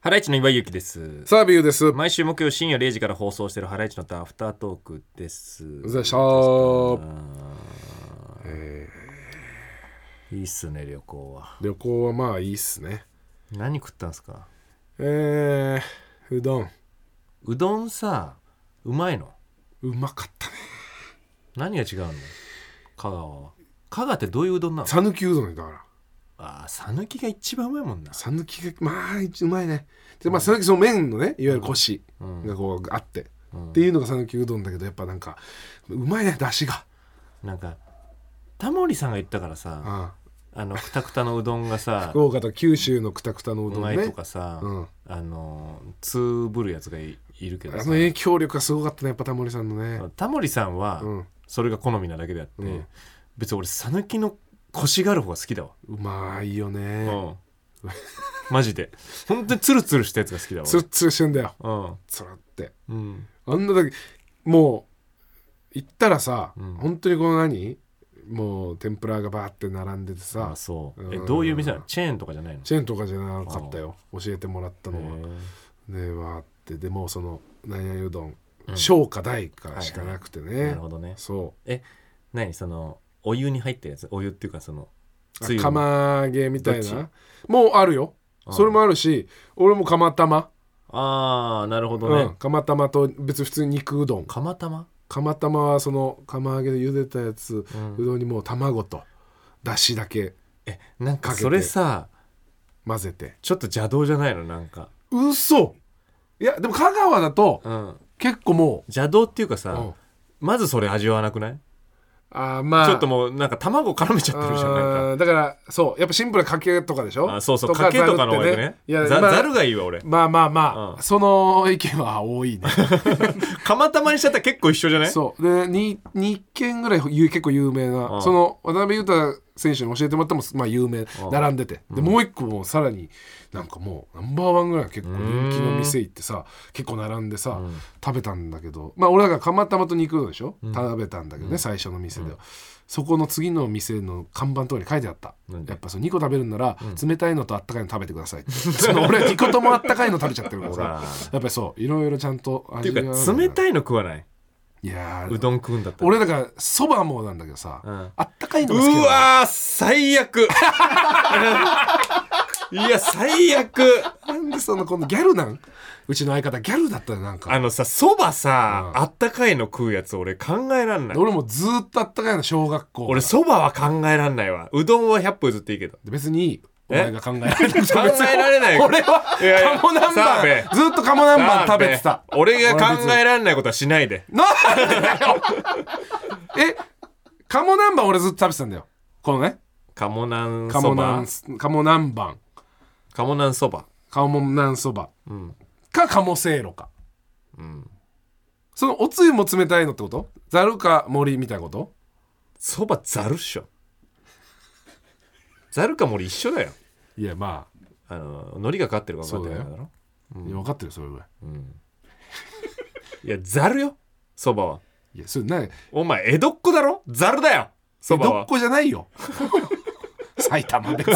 ハライチの岩井ゆきです。さあビューです。お疲毎週木曜深夜0時から放送しているハライチのアフタートークです。れ様でした。いいっすね、旅行は。旅行はまあいいっすね。何食ったんすかえー、うどん、うどんさ、うまいのうまかったね。何が違うの香川は。香川ってどういううどんなのさぬきうどんねだから。ああ、さぬきが一番うまいもんな。さぬきが、まあ、うまいね。で、まあ、さぬきその麺のね、いわゆるコシがこうあって。っていうのがさぬきうどんだけど、やっぱなんか、うまいね、出汁が。なんか、タモリさんが言ったからさ、あああの、くたくたのうどんがさ、福岡と九州のくたくたのううどんまいとね。かさ、うんあのつぶるやつがいいるけどあのさ影響力がすごかったね、やっぱタモリさんのね。タモリさんはうんそれが好みなだけであって、うん別に俺讃岐のコシがある方が好きだわ、うまいよね。うんマジで本当にツルツルしたやつが好きだわツルッツルしてんだよ。俺つらって。うんうんあんなだけもう行ったらさ、うん本当にこの何もう天ぷらがバーって並んでてあさそうえうんどういう店なのチェーンとかじゃないのチェーンとかじゃなかったよ教えてもらったのは。でわーってでもうその何々うどん、うん小か大かしかなくてね、へーなるほどねそ何そのお湯に入ってるやつお湯っていうかそのうつゆの釜揚げみたいどっなもうあるよあそれもあるし俺も釜玉、ああなるほどうね、ん、釜玉と別に普通に肉うどん釜玉釜玉はその釜揚げで茹でたやつ、ううんどんにもう卵とだしだけえなんかかけてそれさ混ぜてちょっと邪道じゃないのなんか嘘いやでも香川だとうん結構も邪道っていうかさ、う、うんまずそれ味わわなくないあーまあちょっともうなんか卵絡めちゃってるじゃんないかあーだからそうやっぱシンプルなかけとかでしょあそうそうかけとかの方がいいねいやざまあざるがいいわ俺まあまあまあ、うんその意見は 多いね釜玉にしちゃったら結構一緒じゃないそうで 2, 二軒ぐらいゆ結構有名な、うんその渡辺裕太選手に教えてもらってもまあ有名、ん並んでてでもう一個もうさらになんかもうナンバーワンぐらい結構人気の店行ってさ結構並んでさ、うん食べたんだけどまあ俺だから釜玉と肉うどんでしょ、うん食べたんだけどね、最初の店では、そこの次の店の看板とかに書いてあったなんでやっぱその2個食べるなら、冷たいのとあったかいの食べてくださいっ てその俺2個ともあったかいの食べちゃってるから俺あやーっぱりそういろいろちゃんとって味がいうか冷たいの食わないいやーうどん食うんだったら俺だからそばもなんだけどさ、うんあったかいのが好きなうのわー最 悪いや最悪なんでそのこのギャルなんうちの相方ギャルだったらなんかあのさそばさ、うんあったかいの食うやつ俺考えらんない俺もずーっとあったかいの小学校俺そばは考えらんないわうどんは100歩譲っていいけどで別におえ前が考えられなくて考えられない 俺はいやいやカモ南澤蛮部ずっとカモ南蛮食べてた俺が考俺別にえられないことはしないでなんでだよえカモ南蛮俺ずっと食べてたんだよこのねカモナンカそモば南カモ南蛮カモナンそばカモ南そばうんかカモせいろかうんそのおつゆも冷たいのってことざるか森みたいなことそばざるっしょざるか森一緒だよいやまああの海苔がかかってるか分かってないそうだろいや分かってるよそれぐらいいやざるよそばはいやそれなんかお前江戸っ子だろざるだよそばどはっこじゃな いよ埼玉別に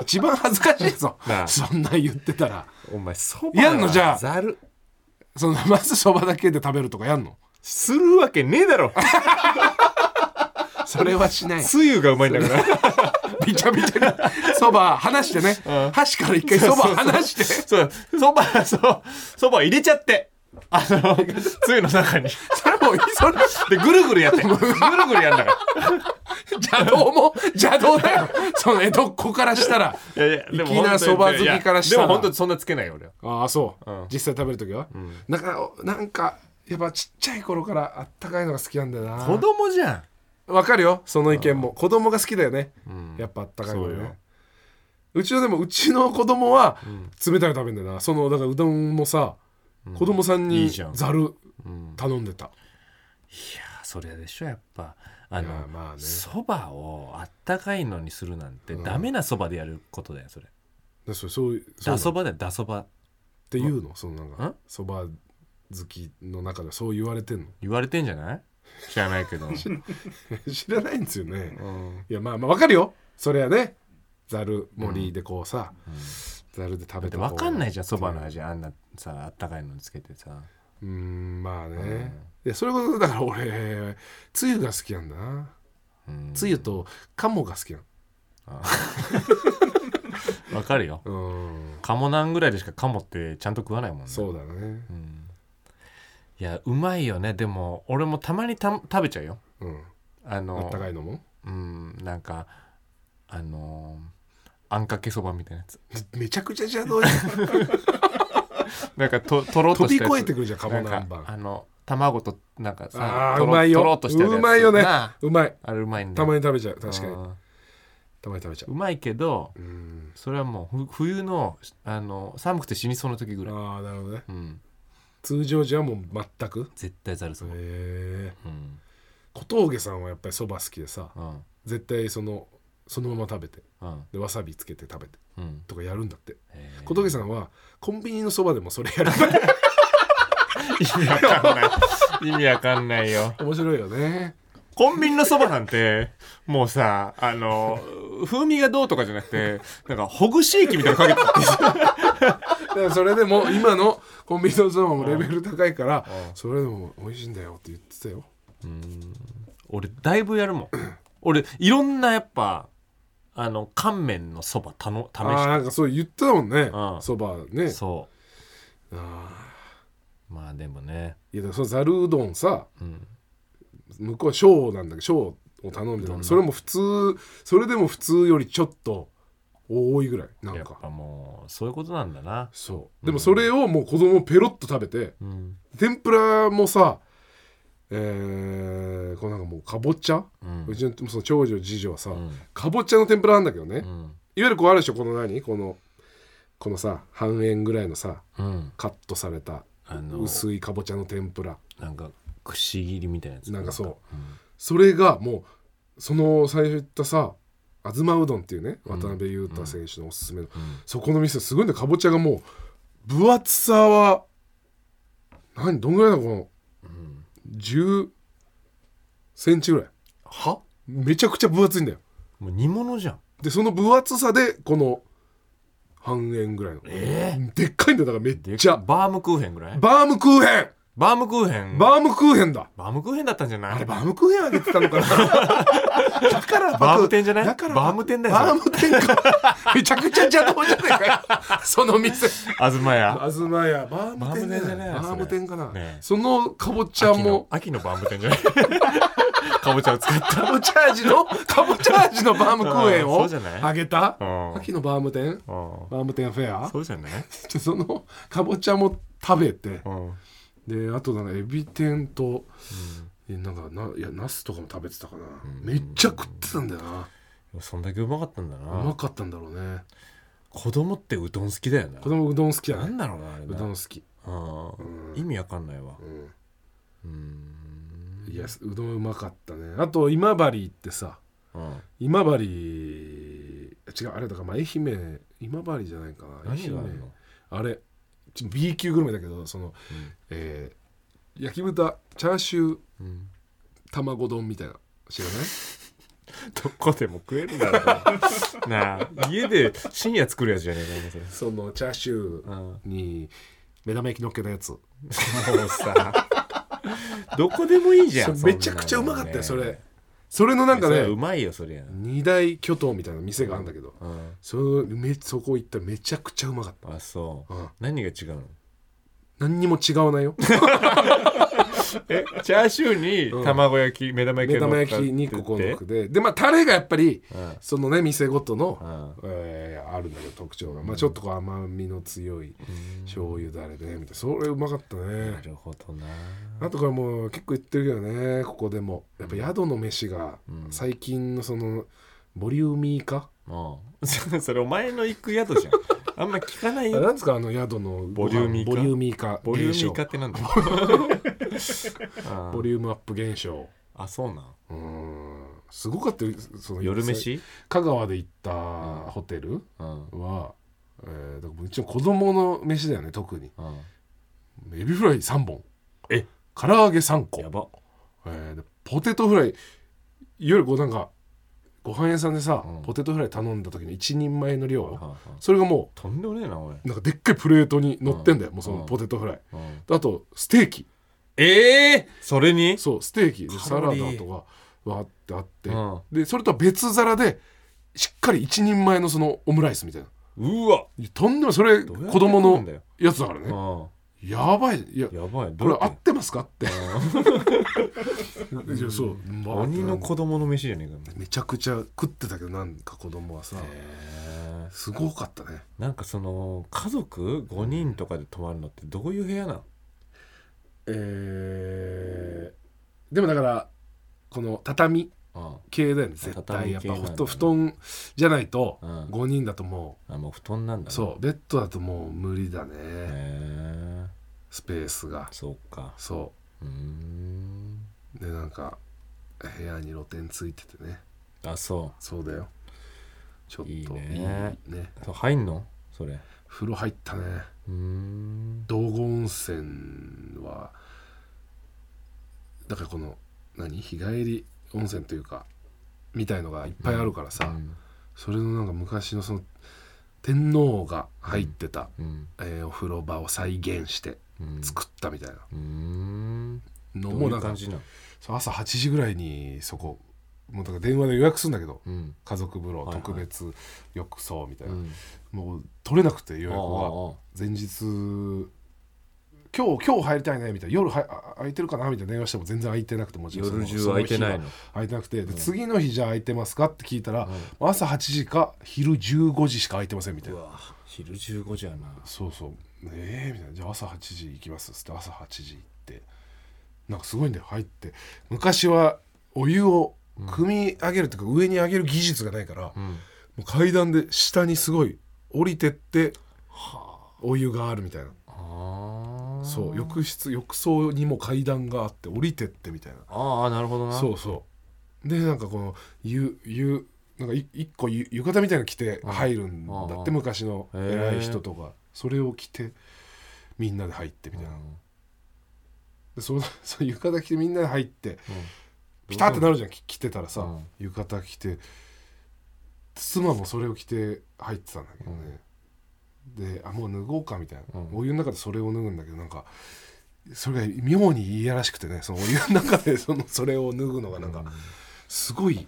一番恥ずかしいぞなあそんなん言ってたらお前そばやんのじゃあざるそのまずそばだけで食べるとかやんのするわけねえだ ろそれはし ないつゆがうまいんだからびちゃびちゃにそば離してね箸から一回そば離してそう、そば、そう、そば入れちゃって。あの、つゆの中に。それもういいそれで、ぐるぐるやって。ぐるぐるやんだか邪道も邪道だよその江戸っ子からしたらら。いやいや、でも粋なそば好きからしたいらやでも本当にそんなつけないよ、俺は。ああそう、うん実際食べる時は、なんかなんかやっぱちっちゃい頃からあったかいのが好きなんだよ子な供じゃん。わかるよその意見も子供が好きだよね、やっぱあったかいのそうねようちのでもうちの子供は冷たいの食べんだよなそのだからうどんもさ、子供さんいにいじゃんざる頼んでた、そりゃでしょ、やっぱ。あいやまあの、ねそばをあったかいのにするなんて、ダメなそばでやることだよ、それ。だそうそういうそうだなのそばだよ、だそば。って言うのそのなんかんそば好きの中でそう言われてんの言われてんじゃない知らないけ ど。 知らないんですよねうんいやまあまあわかるよそれはねざる森でこうさ、ざるで食べでた方が分かんないじゃんそばの味あんなさあったかいのにつけてさうーんまあね、うんいやそれこそだから俺つゆが好きなんだなうんつゆと鴨が好きな分かるよのうんカモなんぐらいでしかカモってちゃんと食わないもんねそうだねうんいやうまいよねでも俺もたまにた食べちゃうようんああのったかいのもうんなんかあのあんかけそばみたいなやつめちゃくちゃ じゃどうやなんかととろっと飛しびたやつ越えてくるじゃん鴨な南んか蛮あの卵となんかさあーとうろまいとろよっとしたやつうまいよねなあうまいあれうまいんだたよまに食べちゃう確かにうんたまに食べちゃううまいけどうんそれはもうふ冬のあの寒くて死にそうな時ぐらい、ああなるほどねうん、通常時はもう全く絶対ざるそば、へえうん小峠さんはやっぱりそば好きでさうん絶対そのそのまま食べてうんでわさびつけて食べてうんとかやるんだってえー小峠さんはコンビニのそばで もそれやる意味わかんない意味わかんないよ面白いよねコンビニのそばなんてもうさあの風味がどうとかじゃなくてなんかほぐし液みたいなのかけてるだからそれでも今のコンビニのそばもレベル高いから うんそれでも美味しいんだよって言ってたよ俺だいぶやるもん俺いろんなやっぱあの乾麺のそばたの試あーなんかそう言ってたもんねうんそばしてねそあうまあでもねーいやだからそのざるうどんさうん向こうは小なんだけど小を頼んでたのそれも普通それでも普通よりちょっと多いぐらいなやんっかぱもうそういうことなんだなそうでもそれをもう子供ペロッと食べてうん天ぷらもさえー、こうなんかもうかぼちゃ、うんうちのその長女次女はさ、んかぼちゃの天ぷらなんだけどうね、いわんゆるこうあるでしょこの何このこのさ半円ぐらいのさうんカットされたあの薄いかぼちゃの天ぷらなんかくし切りみたいなやつなんかそううんそれがもうその最初言ったさあずまうどんっていうね渡辺裕太選手のおすすめの、そこの店すごいんだよかぼちゃがもう分厚さは何どんぐらいだこのうん10センチぐらいはめちゃくちゃ分厚いんだよもう煮物じゃんでその分厚さでこの半円ぐらいの、えでっかいんだよだからめでっちゃバームクーヘンぐらいバームクーヘンバームクーヘンバームクーヘンだバームクーヘンだったんじゃないあれバームクーヘンあげてたのかな だからバーム天じゃないだからバーム天だよバーム天かめちゃくちゃ邪道じゃねえかよ その店東屋東屋バーム天バーム天じゃないバーム天かな、それねえそのかぼちゃ秋のも秋のバーム天じゃない かぼちゃを使ったかぼちゃ味のかぼちゃ味のバームクーヘンあーそをうじゃないあげたうん秋のバーム天うバーム天フェアんそうじゃないちょそのかぼちゃも食べてうんであとなんかエビ天と、えなんかないやナスとかも食べてたかな、めっちゃ食ってたんだよな、そんだけうまかったんだうまなかったんだろうね子供ってうどん好きだよな子供うどん好きだなねんだろうなあれうなどん好き、うん意味わかんないわうんいやうどんうまかったねあと今治ってさうん今治違うあれだから、まあ、愛媛今治じゃないかな愛何媛があるのあれちょ B 級グルメだけどその、えー焼き豚チャーシューうん卵丼みたいな知らないどこでも食えるだろ うななあ家で深夜作るやつじゃねえか今それそのチャーシうューんに目玉焼きのっけたやつもうさ、どこでもいいじゃん。それめちゃくちゃうまかったよそそんなのれねそれのなんかそりゃうねまいよ、そりゃ。二大巨頭みたいな店があるんだけど、うんそのめそこ行ったらめちゃくちゃうまかったあ、そううん。何が違うの何にも違わないよえ、チャーシューに卵焼き、目玉焼目きが玉乗っか焼っててき2個のくででまあタレがやっぱり、うんそのね店ごとの、うんえーあるんだけど特徴が、まあ、ちょっとこう甘みの強い醤油だれでみたいなそれうまかったなねるほどな。あとこれもう結構言ってるけどねここでもやっぱ宿の飯が最近のそのボリューミー化、うん そそれお前の行く宿じゃん。あんま聞かないあなんですかあの宿のボリューミー化ボリューミー化ボリューミー化現って なんだ象あボリュームアップ現象あ、そうなん。うーんすごかったよその夜飯香川で行ったホテルうん。は、えー、だからうちの子供の飯だよね特にうんエビフライ3本え唐揚げ3個やば。えーでポテトフライいわゆるこうなんかご飯屋さんでさ、うんポテトフライ頼んだ時の一人前の量、はあそれがもとんでもねえなおい、うなんかでっかいプレートに乗ってんだよ、うんもうそのうんポテトフライ、うんあとステーキええそれにそうステーキでサカラロダリーとかわーってあって、うんでそれとは別皿でしっかり一人前のそのオムライスみたいなうわいやとんでもそれどうやって子供食うんのだよやつだからねうやばいいやんやばいこれ合あってますかっていやそう、まあ鬼の子供の飯じゃねえかめちゃくちゃ食ってたけどなんか子供はさへえすごかったねなんかその家族5人とかで泊まるのってどういう部屋なのえー、でもだからこの畳あ系だよね絶対畳やっ系ぱなんだねほと布団じゃないとうん5人だともあもう布団なんだうねそうベッドだともう無理だね、へえスペースがそうかそうーんうでなんか部屋に露店ついててねあそそうだよちょっといいいいねねうそう入んのそれ風呂入ったねうーん道後温泉はだからこの何日帰り温泉というかみたいのがいっぱいあるからさ、うんそれのなんか昔のその天皇が入ってた、うんえーお風呂場を再現してうん作ったみたいなうーんどのもういなうんか感じなのそう朝8時ぐらいにそこもうだから電話で予約するんだけどうん家族風呂はいはい特別浴槽みたいな、うんもう取れなくて予ああ約あが。前日今日今日入りたいねみたいな夜はあ空いてるかなみたいな電話しても全然空いてなくてもちろん夜中その空いてないのそ日は空いてなくて、でん次の日じゃあ空いてますかって聞いたら、う朝8時か昼15時しか空いてませんみたいうなわ昼15時やなそうそうええみたいなじゃあ朝8時行きますっつって朝8時行ってなんかすごいんだよ入って昔はお湯を汲み上げるというか上に上げる技術がないから、もうんう階段で下にすごい降りてってはお湯があるみたいなあああそう浴室浴槽にも階段があって降りてってみたいああなるほどななそうそうでなんかこのゆゆなんかい一個ゆ浴衣みたいなの着て入るんだうんっうてん昔の偉い人とかそれを着てみんなで入ってみみたたいいななでそのその浴衣着てみんなで入ってピタってなるるじゃんき着てたらさうん浴衣着て妻もそれを着て入ってたんだけどねであもう脱ごうかみたいなうんお湯の中でそれを脱ぐんだけどなんかそれが妙にいやらしくてねその お湯の中でそのそれを脱ぐのがなんかすごい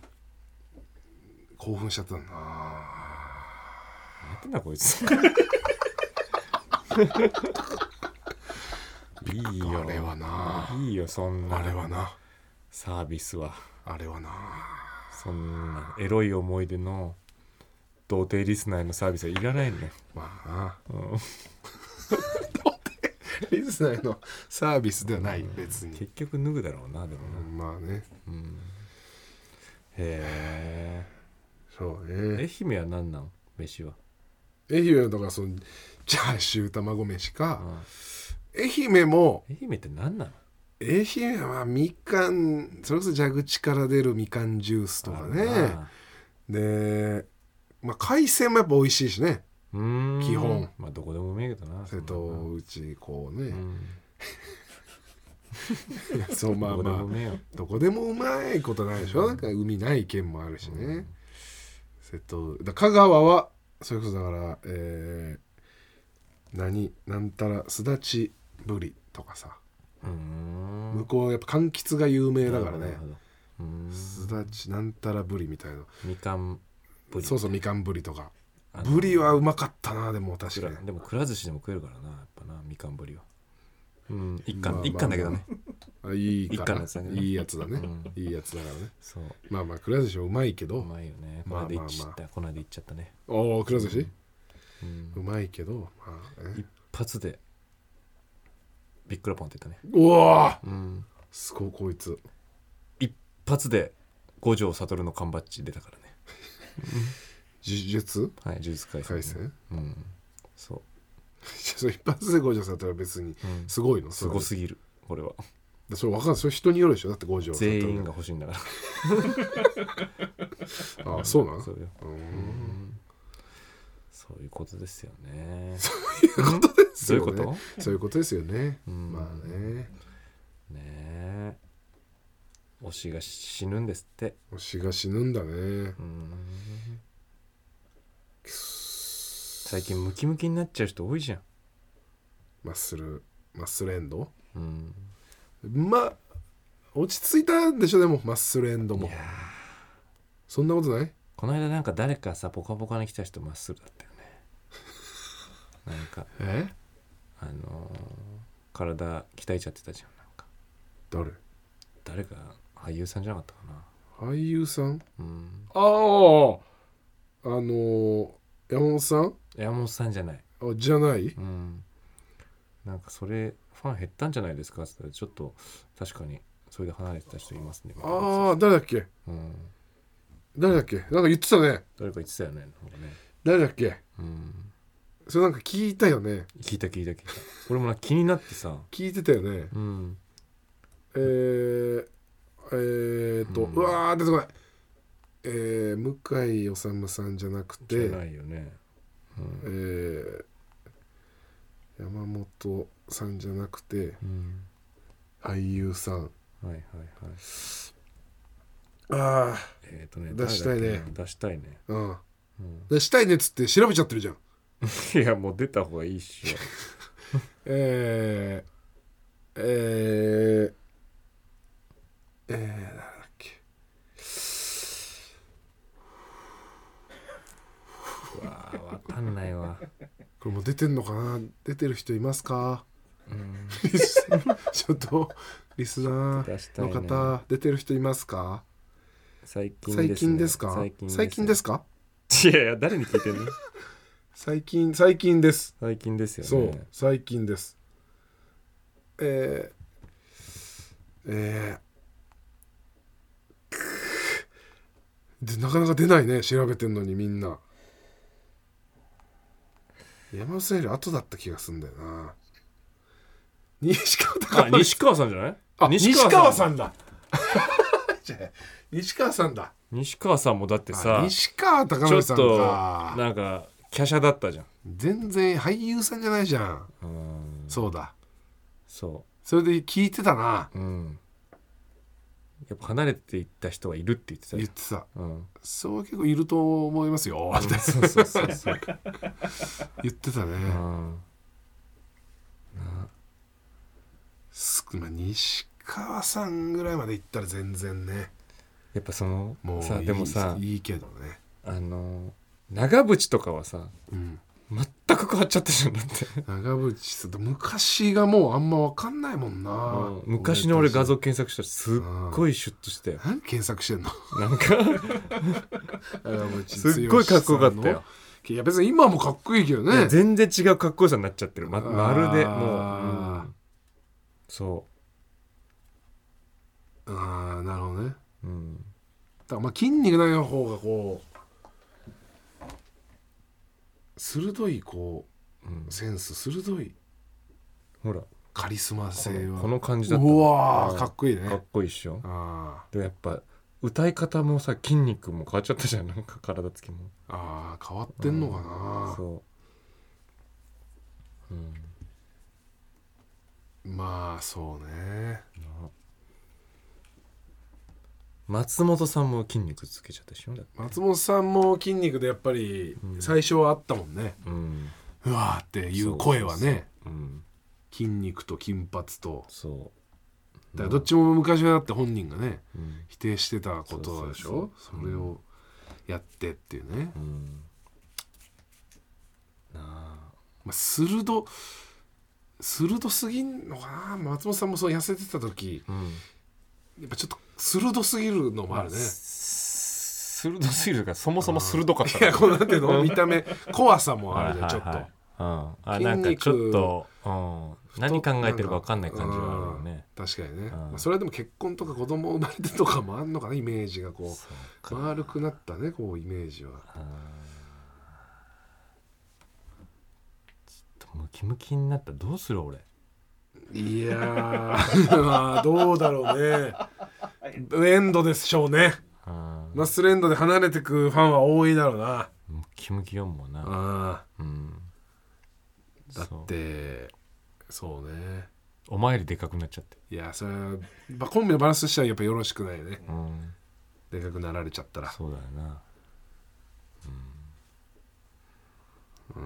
興奮しちゃったんだやってんだこいついいよあれはないいよそんなあれはなサービスはあれはなそんなエロい思い出の童貞リスナーへのサービスはいらないのよ、まあな うんリスナーへのサービスではない別に結局脱ぐだろうなでもな、まあねうんへそうえね愛媛は何なん飯は、愛媛とかそのチャーシュー卵飯うかん愛媛も愛媛って何なの愛媛はみかんそれこそ蛇口から出るみかんジュースとかねで、まあ、海鮮もやっぱ美味しいしねうーん基本まあどこでもうめえけどな瀬戸内こううね、んいや そうまあどこでまもうあめえよどこでもうまいことないでしょなんか海ない県もあるしね、うん瀬戸だ香川はそれこそだからえー、何なんたらすだちぶりとかさ、うーん向こうやっぱ柑橘が有名だからなるねほどうーんすだちなんたらぶりみたいなみかんぶりそうそうみかんぶりとかあのぶりはうまかったなでも確かくらにでもくら寿司でも食えるからなやっぱなみかんぶりはうん一まあま貫あまあ一貫だけどねあいいかな一貫のやつだけどねういいやつだね、いいやつだからねそうまあまあくら寿司もうまいけうどまいよねこまあのまあ間まあ行っちゃったこの間行っちゃったねおおくら寿司うんうまいけど、まあね一発でビックラポンって言ったねうわーうんすごいこいつ一発で五条悟の缶バッジ出たからね呪術はい呪術廻戦回戦うんそうそれ一発で五条悟は別にうんすごいのすごすぎる俺はぎそれ分かんないそれ人によるでしょだって五条悟全員が欲しいんだかああそうなら のそうようーうんんそういうことですよねそうどういうこそういうことですよねうんまあねねえ推しが死ぬんですって推しが死ぬんだねうん最近ムキムキになっちゃう人多いじゃんマッスルマッスルエンドうんまあ落ち着いたんでしょでもマッスルエンドもいやーそんなことないこの間なんか誰かさ「ぽかぽか」に来た人まっすぐだったよねなんかえあのー体鍛えちゃってたじゃんなんか誰誰か俳優さんじゃなかったかな俳優さんうんあああのー、山本さん山本さんじゃないあじゃないうんなんかそれファン減ったんじゃないですかって言ったらちょっと確かにそれで離れてた人いますねああ誰だっけうん誰だっけなんか言ってたね誰か言ってたよねなんかね誰だっけうんそれなんか聞いたよね聞いた聞いた聞いた俺もなんか気になってさ聞いてたよねうんえー、えー、っと、ううんわー出てこないえー、向井理さんじゃなくじてゃないよねうんえー、山本さんじゃなくてうん俳優さんはいはいはいああえーとね、出したいね誰だっけな出したいね、うんうんでしたいねっつって調べちゃってるじゃんいやもう出た方がいいっしょえー、えー、えー、なんだっけ うわーわかんないわこれもう出てんのかな出てる人いますかうん ちょっとリスナー出したいのね方、出てる人いますか最近最近ですか最近最近ですかすいやいや誰に聞いてんの最近最近です最近ですよそうね最近ですえー、えー、でなかなか出ないね調べてんのにみんな山本さんより後だった気がすんだよな西川あ隆之西川さんじゃないあ西川さんんだ じゃあ西川さんだ西川さんもだってあさ西川貴ちょ教っさんとかなんか華奢だったじゃん全然俳優さんじゃないじゃんうんそうだそそれで聞いてたなううんやっぱ離れていった人はいるって言ってた言っじてたゃんうんそう結構いると思いますよってそうそうそうそう 言ってたねうんすまあ西川さんぐらいまで行ったら全然ねやっぱそのもうさいいでもさいいけどねあの長渕とかはさうん全く変わっちゃったじゃんだって長渕さんと昔がもうあんま分かんないもんなうん昔の俺画像俺検索したらすっごいシュッとしてたち何検索してんのなんか長渕剛さんのすっごいかっこよかったよいや別に今もかっこいいけどいやね全然違うかっこよさになっちゃってるままるでもう、うあーんそああなるほどねう、うん、だからまあ筋肉ない方がこう鋭いこうんうセンス鋭いほらこカリスマ性のはこの感じだったうわーうんかっこいいかっねこいいっしょあでもやっぱ歌い方もさ筋肉も変わっちゃったじゃんなんか体つきもーあー変わってんのかな、そう、うん、まあそうね松本さんも筋肉つけちゃったでしょだって松本さんも筋肉でやっぱりうん最初はあったもんね、うんうわーっていう声はねうん筋肉と金髪とそだからどっちも昔はだって本人がねう、うん否定してたことでしょそそうそうそうれをやってっていうね、うん、なまあ、鋭鋭すぎんのかな松本さんもそう痩せてた時あ、うん、やっぱちょっと鋭すぎるのもあるね、す鋭すぎるからそもそも鋭かったいかやらこうなんていうの見た目怖さもあるじゃんちょっと、はいはいはいうん、あ筋なん肉かちょっと、うん、何考えてるか分かんない感じがあるよねうん確かにうんね、まあ、それはでも結婚とか子供生まれてとかもあんのかなイメージがこそううか丸くなったねこうイメージはムキムキになったらどうする俺いやー まあどうだろうねエンドでしょうねあーマッスルエンドで離れてくファンは多いだろうなムキムキよもうなあうんーだってそうねそうお前よりでかくなっちゃって、いやそれは、まあ、コンビのバランスとしてはやっぱよろしくないよねうん、でかくなられちゃったらそうだよなちょっ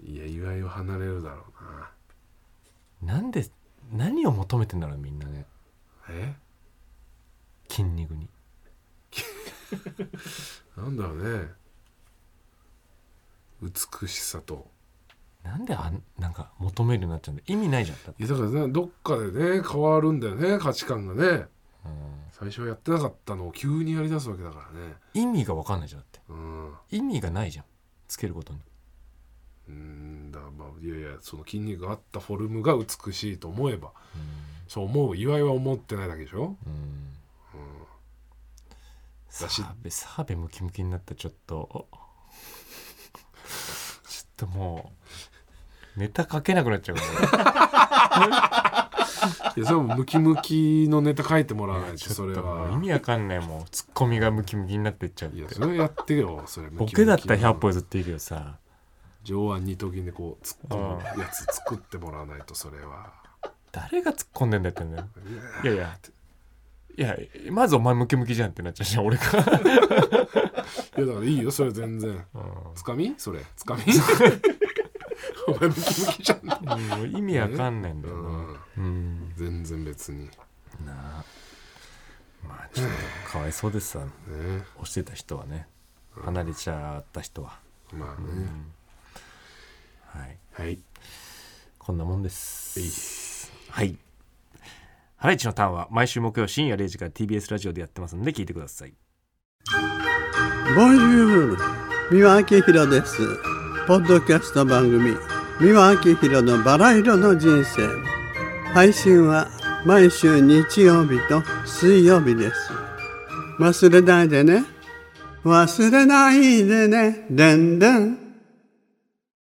といや岩井を離れるだろうなななんで何を求めてんだろうみんなねえ筋肉になんだろうね美しさとなんであんなんか求めるようになっちゃうんだ意味ないじゃんだっていやだからねどっかでね変わるんだよね価値観がねうん最初はやってなかったのを急にやりだすわけだからね意味が分かんないじゃんだってうんう意味がないじゃんつけることにーんだからまあいやいやその筋肉があったフォルムが美しいと思えばそう思う岩井は思ってないだけでしょうん、うん、だし澤部澤部ムキムキになったちょっとお ちょっともうネタ書けなくなっちゃう からいやそれもムキムキのネタ書いてもらわない とちょっそれともう意は味わかんないもうツッコミがムキムキになってっちゃうっいやてそれやってよそれボケだったら100歩ムキ譲っムキのていいけどさ上腕二頭筋でこう突っ込あむやつ作ってもらわないとそれは誰が突っ込んでんだってんだよいやいやいやいやまずお前ムキムキじゃんってなっちゃうじゃん俺が、いやだからいいよそれ全然つかみそれ つかみお前ムキムキじゃんもう意味わかんないんだよな、うんうん全然別にねなあまあちょっとかわいそうですさ押してた人はね離れちゃった人は、まあね、うんはいはいこんなもんですはいハライチのターンは毎週木曜深夜0時から TBS ラジオでやってますんで聞いてくださいボンジュール三輪明宏ですポッドキャスト番組三輪明宏のバラ色の人生配信は毎週日曜日と水曜日です忘れないでね忘れないでねでんでん